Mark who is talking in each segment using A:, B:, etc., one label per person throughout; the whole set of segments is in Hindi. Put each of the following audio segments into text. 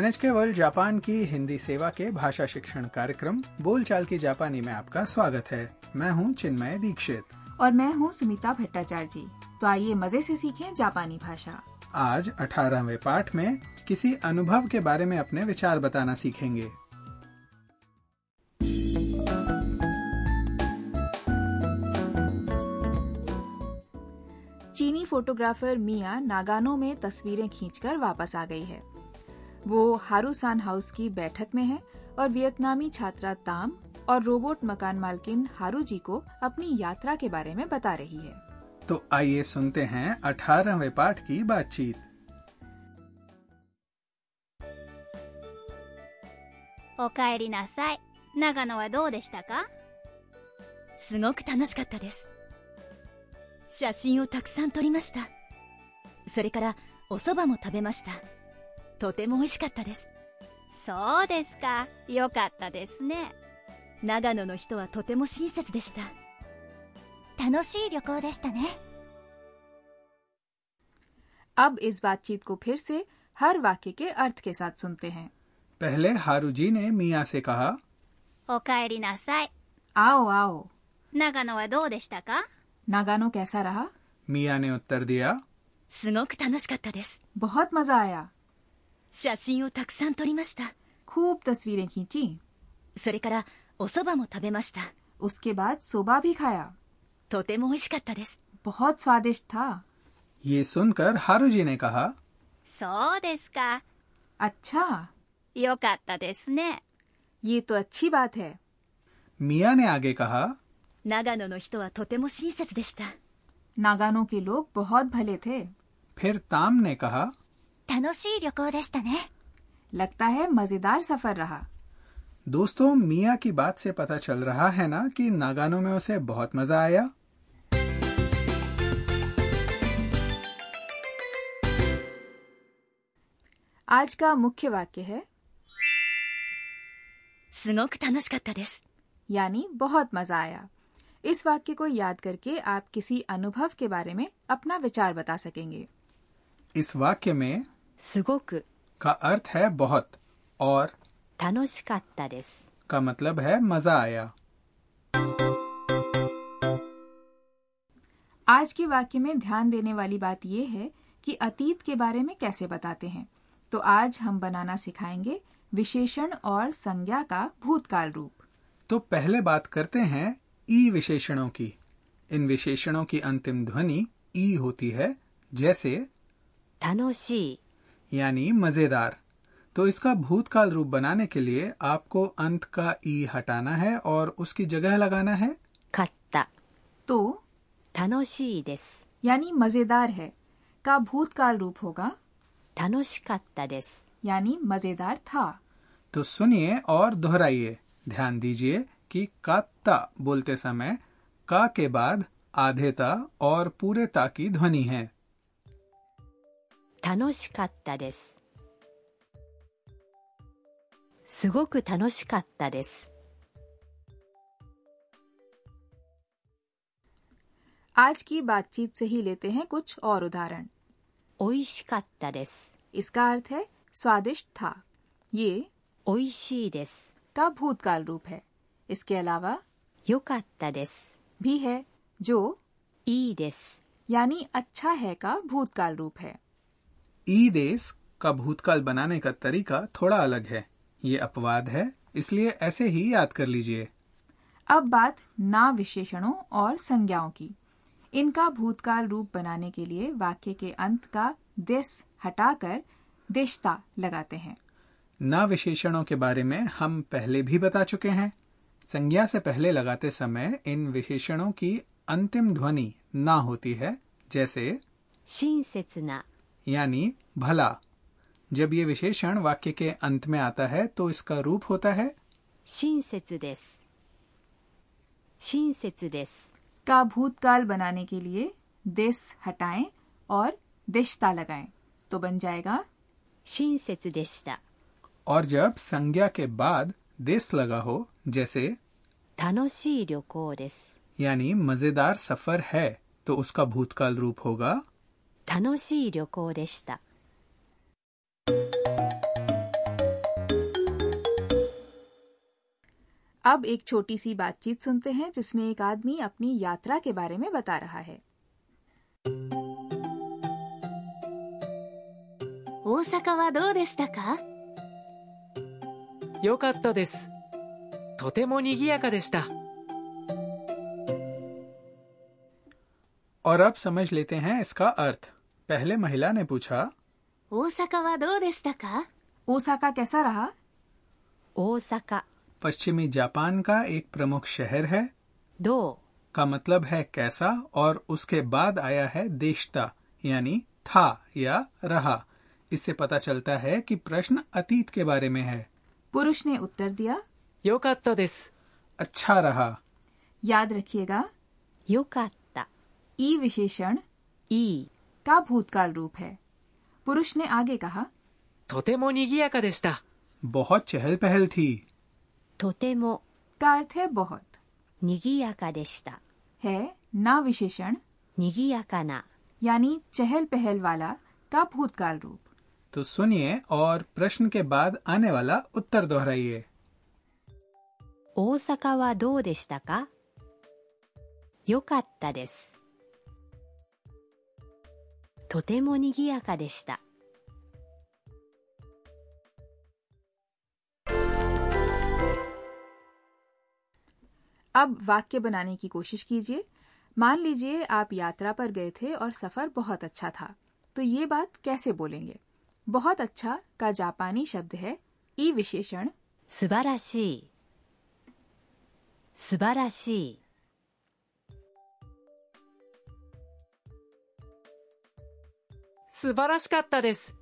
A: NHK वर्ल्ड जापान की हिंदी सेवा के भाषा शिक्षण कार्यक्रम बोलचाल की जापानी में आपका स्वागत है मैं हूं चिन्मय दीक्षित
B: और मैं हूँ सुमिता भट्टाचार्य जी तो आइए मजे से सीखें जापानी भाषा
A: आज 18वें पाठ में किसी अनुभव के बारे में अपने विचार बताना सीखेंगे
B: チーニフォトグラファーミया नागानो में तस्वीरें खींचकर वापस आ गई है वो हारूसान हाउस की बैठक में है और वियतनामी छात्रा ताम और रोबोट मकान मालकिन हारू जी को अपनी यात्रा के बारे में बता रही है
A: तो आइए सुनते हैं 18वें पाठ की बातचीत
C: おかえりなさい長野はどうでしたか
D: すごく楽しかったです写真をたくさん撮りましたそれからお蕎麦も食べましたとても美味しかったです
C: そうですかよかったですね
D: 長野の人はとても親切でした
C: 楽しい旅行でしたね
B: अब इस बातचीत को फिर से हर वाक्य के अर्थ के साथ सुनते हैं
A: पहले हारू जी ने मिया से कहा
C: おかえりなさい
B: आओ आओ
C: 長野はどうでしたか
B: नागानो कैसा रहा
A: मिया ने उत्तर दिया
D: すごく楽しかったです
B: बहुत मजा आया
D: 写真をたくさん撮りました
B: खूब तस्वीरें खींची
D: それからお蕎麦も食べました
B: उसके बाद सोबा भी खाया
D: とても美味しかったです
B: बहुत स्वादिष्ट था
A: ये सुनकर हारू जी ने कहा
C: そうですか
B: अच्छा
C: よかったですね
B: ये तो अच्छी बात है
A: मिया ने आगे कहा
D: 長野の人はとても親切でした
B: नागानो के लोग बहुत भले थे
A: फिर ताम ने कहा
C: 楽しい旅行でしたね
B: लगता है मजेदार सफर रहा
A: दोस्तों मिया की बात से पता चल रहा है ना कि नागानो में उसे बहुत मजा आया
B: आज का मुख्य वाक्य है
D: すごく楽しかったです
B: यानी बहुत मजा आया इस वाक्य को याद करके आप किसी अनुभव के बारे में अपना विचार बता सकेंगे
A: इस वाक्य में
D: すごく
A: का अर्थ है बहुत और
D: 楽しかったです
A: का मतलब है मजा आया
B: आज के वाक्य में ध्यान देने वाली बात यह है कि अतीत के बारे में कैसे बताते हैं तो आज हम बनाना सिखाएंगे विशेषण और संज्ञा का भूतकाल रूप
A: तो पहले बात करते हैं ई विशेषणों की इन विशेषणों की अंतिम ध्वनि ई होती है जैसे
D: 楽しい
A: यानी मजेदार तो इसका भूतकाल रूप बनाने के लिए आपको अंत का ई हटाना है और उसकी जगह लगाना है
D: かった
B: तो
D: 楽しいです
B: यानी मजेदार है का भूतकाल रूप होगा
D: 楽しかったです
B: यानी मजेदार था
A: तो सुनिए और दोहराइए ध्यान दीजिए कि कात्ता बोलते समय का के बाद आधे ता और पूरे ता की ध्वनि है
D: 楽しかったですすごく楽しかったです
B: आज की बातचीत से ही लेते हैं कुछ और उदाहरण
D: 美味しかったです
B: इसका अर्थ है स्वादिष्ट था ये
D: 美味しいです
B: का भूतकाल रूप है इसके अलावा
D: 良かったです
B: भी है जो
D: いいです
B: यानी अच्छा है का भूतकाल रूप है
A: ई देश का भूतकाल बनाने का तरीका थोड़ा अलग है ये अपवाद है इसलिए ऐसे ही याद कर लीजिए
B: अब बात ना विशेषणों और संज्ञाओं की इनका भूतकाल रूप बनाने के लिए वाक्य के अंत का दिस हटाकर दिशता लगाते हैं
A: ना विशेषणों के बारे में हम पहले भी बता चुके हैं संज्ञा से पहले लगाते समय इन विशेषणों की अंतिम ध्वनि ना होती है जैसे
D: 親切な
A: यानी भला जब ये विशेषण वाक्य के अंत में आता है तो इसका रूप होता है
D: 親切です親切です
B: का भूतकाल बनाने के लिए दिस हटाएं और दिशता लगाएं तो बन जाएगा
D: 親切でした
A: और जब संज्ञा के बाद देश लगा हो जैसे
D: 楽しい旅行です
A: यानी मजेदार सफर है तो उसका भूतकाल रूप होगा
D: 楽しい旅行でした
B: अब एक छोटी सी बातचीत सुनते हैं जिसमें एक आदमी अपनी यात्रा के बारे में बता रहा है
D: 大阪はどうでしたか
E: 良かったです。とても賑やかでした。
A: और अब समझ लेते हैं इसका अर्थ पहले महिला ने पूछा
D: 大阪はどうでしたか
B: ओसाका कैसा रहा
D: 大阪
A: पश्चिमी जापान का एक प्रमुख शहर है
D: ど
A: का मतलब है कैसा और उसके बाद आया है देशता यानी था या रहा इससे पता चलता है कि प्रश्न अतीत के बारे में है
B: पुरुष ने उत्तर दिया
E: 良かったです。
A: अच्छा रहा
B: याद रखिएगा
D: うよかった
B: ई विशेषण
D: いい
B: का भूतकाल रूप है पुरुष ने आगे कहा
E: とても賑やかでした。
A: बहुत चहल पहल थी
D: とても
B: का अर्थ है बहुत
D: にぎやかでした
B: है ना विशेषण
D: にぎやかな
B: यानी चहल पहल वाला का भूतकाल रूप
A: तो सुनिए और प्रश्न के बाद आने वाला उत्तर दोहराइए
D: 大阪はどうでしたかよかったですとてもにぎやかでした
B: अब वाक्य बनाने की कोशिश कीजिए मान लीजिए आप यात्रा पर गए थे और सफर बहुत अच्छा था तो ये बात कैसे बोलेंगे बहुत अच्छा का जापानी शब्द है ई विशेषण
D: 素晴らしい素晴らしい
E: 素晴らしかったです。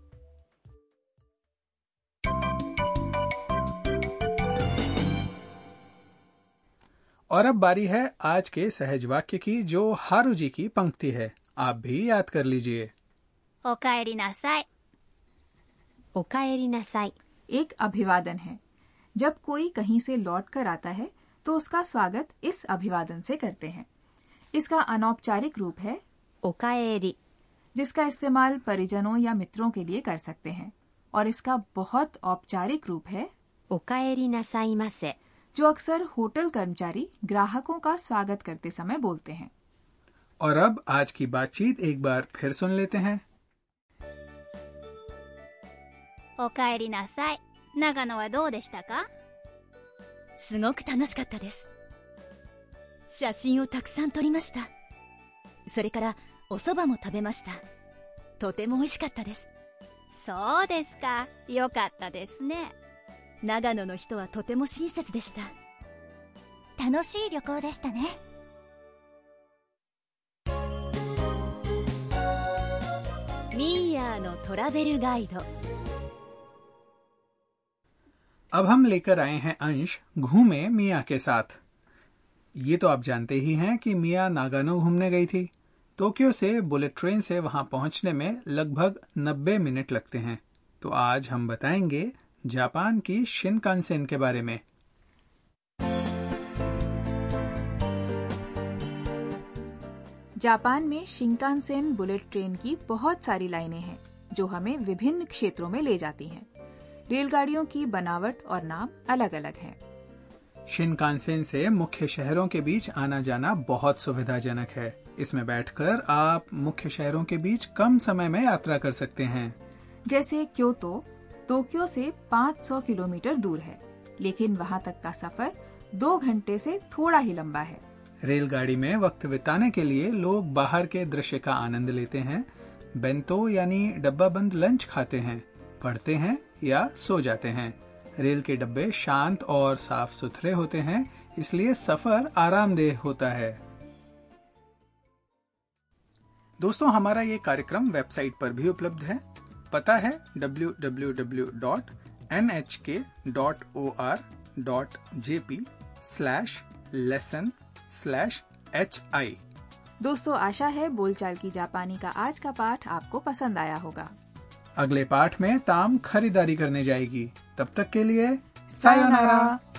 A: और अब बारी है आज के सहज वाक्य की जो हारू जी की पंक्ति है आप भी याद कर लीजिए
C: おかえりなさい
D: おかえりなさい
B: एक अभिवादन है जब कोई कहीं से लौट कर आता है तो उसका स्वागत इस अभिवादन से करते हैं इसका अनौपचारिक रूप है
D: おかえり
B: जिसका इस्तेमाल परिजनों या मित्रों के लिए कर सकते हैं और इसका बहुत औपचारिक रूप है
D: おかえりなさいませ
B: जो अक्सर होटल कर्मचारी ग्राहकों का स्वागत करते समय बोलते हैं
A: और अब आज की बातचीत एक बार फिर सुन लेते हैं
C: おかえりなさい長野はどうでしたか
D: すごく楽しかったです写真をたくさん撮りましたそれからお蕎麦も食べましたとても美味しかったです
C: そうですかよかったですね
D: 長野の人はとても親切でした
C: 楽しい旅行でしたね
D: ミーヤーのトラベルガイド
A: अब हम लेकर आए हैं अंश घूमे मिया के साथ ये तो आप जानते ही हैं कि मिया नागानो घूमने गई थी टोक्यो से बुलेट ट्रेन से वहां पहुंचने में लगभग 90 मिनट लगते हैं तो आज हम बताएंगे जापान की शिनकानसेन के बारे में
B: जापान में शिंकानसेन बुलेट ट्रेन की बहुत सारी लाइनें हैं जो हमें विभिन्न क्षेत्रों में ले जाती हैं रेलगाड़ियों की बनावट और नाम अलग अलग हैं
A: शिनकानसेन से मुख्य शहरों के बीच आना जाना बहुत सुविधाजनक है इसमें बैठकर आप मुख्य शहरों के बीच कम समय में यात्रा कर सकते हैं
B: जैसे क्योतो टोक्यो से 500 किलोमीटर दूर है लेकिन वहां तक का सफर दो घंटे से थोड़ा ही लंबा है
A: रेलगाड़ी में वक्त बिताने के लिए लोग बाहर के दृश्य का आनंद लेते हैं बेंतो यानी डब्बा बंद लंच खाते हैं पढ़ते हैं या सो जाते हैं रेल के डब्बे शांत और साफ सुथरे होते हैं इसलिए सफर आरामदेह होता है दोस्तों हमारा ये कार्यक्रम वेबसाइट पर भी उपलब्ध है पता है www.nhk.or.jp slash lesson slash hi
B: दोस्तों आशा है बोलचाल की जापानी का आज का पाठ आपको पसंद आया होगा
A: अगले पाठ में ताम खरीदारी करने जाएगी तब तक के लिए सायोनारा